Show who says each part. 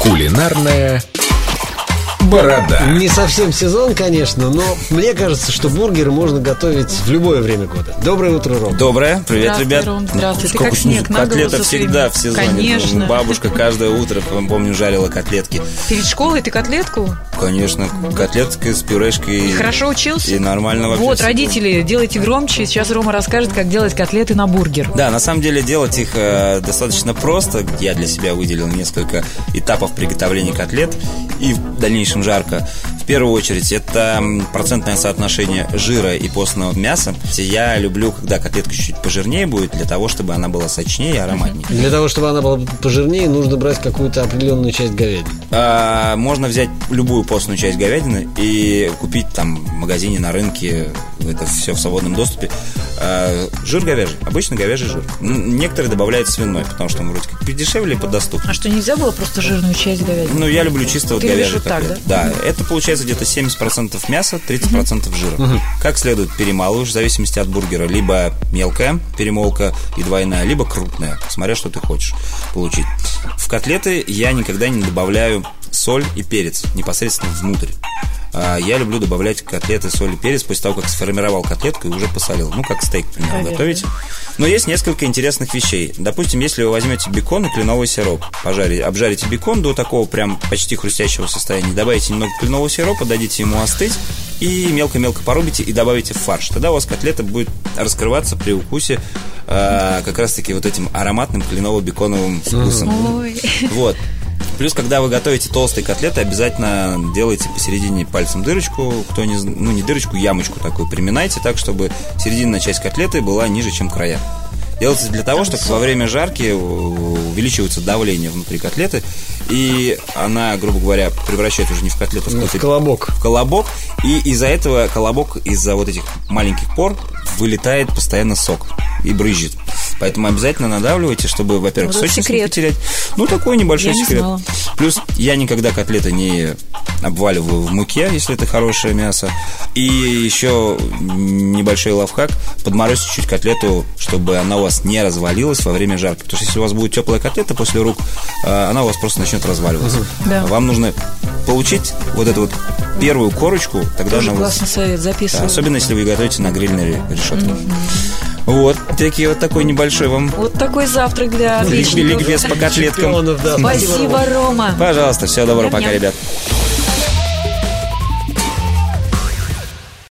Speaker 1: Кулинарная борода.
Speaker 2: Не совсем сезон, конечно, но мне кажется, что бургеры можно готовить в любое время года. Доброе утро, Ром.
Speaker 3: Доброе, привет,
Speaker 4: Здравствуй,
Speaker 3: ребят.
Speaker 4: Ром, здравствуй. Ты
Speaker 3: Сколько
Speaker 4: как снег на голову
Speaker 3: Котлета
Speaker 4: за
Speaker 3: всегда
Speaker 4: время.
Speaker 3: в сезоне.
Speaker 4: Конечно.
Speaker 3: Бабушка каждое утро, помню, жарила котлетки.
Speaker 4: Перед школой ты котлетку?
Speaker 3: Конечно, котлетка с пюрешкой.
Speaker 4: И хорошо учился?
Speaker 3: И нормально вообще.
Speaker 4: Вот,
Speaker 3: всё.
Speaker 4: родители, делайте громче. Сейчас Рома расскажет, как делать котлеты на бургер.
Speaker 3: Да, на самом деле делать их э, достаточно просто. Я для себя выделил несколько этапов приготовления котлет и в дальнейшем жарка. В первую очередь это м, процентное соотношение жира и постного мяса. Я люблю, когда котлетка чуть-чуть пожирнее будет, для того, чтобы она была сочнее и ароматнее.
Speaker 2: Для того, чтобы она была пожирнее, нужно брать какую-то определенную часть говядины.
Speaker 3: А, можно взять любую постную часть говядины и купить там в магазине, на рынке, это все в свободном доступе. А, жир говяжий, обычно говяжий жир. М, Некоторые добавляют свиной, потому что он вроде как подешевле и подоступнее.
Speaker 4: А что, нельзя было просто жирную часть говядины?
Speaker 3: Ну, я люблю чисто вот
Speaker 4: Ты любишь
Speaker 3: говяжий
Speaker 4: вот так,
Speaker 3: котлет. это получается где-то 70% мяса, 30% жира. Как следует, перемалываешь, в зависимости от бургера. Либо мелкая перемолка и двойная, либо крупная, смотря что ты хочешь получить. В котлеты я никогда не добавляю соль и перец непосредственно внутрь. А, Я люблю добавлять в котлеты соль и перец после того, как сформировал котлетку и уже посолил. Ну, как стейк, к примеру,
Speaker 4: Поверь,
Speaker 3: готовить. Но есть несколько интересных вещей. Допустим, если вы возьмете бекон и кленовый сироп, пожари- обжарите бекон до такого прям почти хрустящего состояния, добавите немного кленового сиропа, дадите ему остыть и мелко-мелко порубите и добавите в фарш. Тогда у вас котлета будет раскрываться при укусе э, как раз-таки вот этим ароматным кленово-беконовым вкусом.
Speaker 4: Ой.
Speaker 3: Вот. Плюс, когда вы готовите толстые котлеты, обязательно делайте посередине пальцем дырочку, кто не, зн- ну не дырочку, ямочку такую приминайте, так чтобы серединная часть котлеты была ниже, чем края. Делается для того, чтобы во время жарки у- увеличивается давление внутри котлеты, и она, грубо говоря, превращает уже не в котлету, а в
Speaker 2: Ну, В
Speaker 3: какой-то
Speaker 2: колобок.
Speaker 3: в колобок, и из-за этого колобок, из-за вот этих маленьких пор, вылетает постоянно сок и брызжет. Поэтому обязательно надавливайте, чтобы, во-первых,
Speaker 4: Вот это
Speaker 3: сочность не
Speaker 4: секрет.
Speaker 3: потерять. Ну, такой небольшой
Speaker 4: Я не
Speaker 3: секрет.
Speaker 4: знала.
Speaker 3: Плюс я никогда котлеты не обваливаю в муке, если это хорошее мясо. И еще небольшой лавхак. Подморозьте чуть котлету, чтобы она у вас не развалилась во время жарки. Потому что если у вас будет теплая котлета после рук, э, она у вас просто начнет разваливаться.
Speaker 4: Да.
Speaker 3: Вам нужно получить вот эту вот первую корочку, тогда
Speaker 4: Тоже
Speaker 3: она у вас-
Speaker 4: классный совет,
Speaker 3: Да,
Speaker 4: записываю.
Speaker 3: Особенно если вы готовите на грильной ре- решетке. Вот, такие вот такой небольшой вам
Speaker 4: Вот такой завтрак для
Speaker 3: ликбез
Speaker 4: отличников.
Speaker 3: по котлеткам.
Speaker 2: Чемпионов, да.
Speaker 4: Спасибо, Рома.
Speaker 3: Пожалуйста, всего доброго, пока,
Speaker 4: Ням-ням.
Speaker 3: ребят.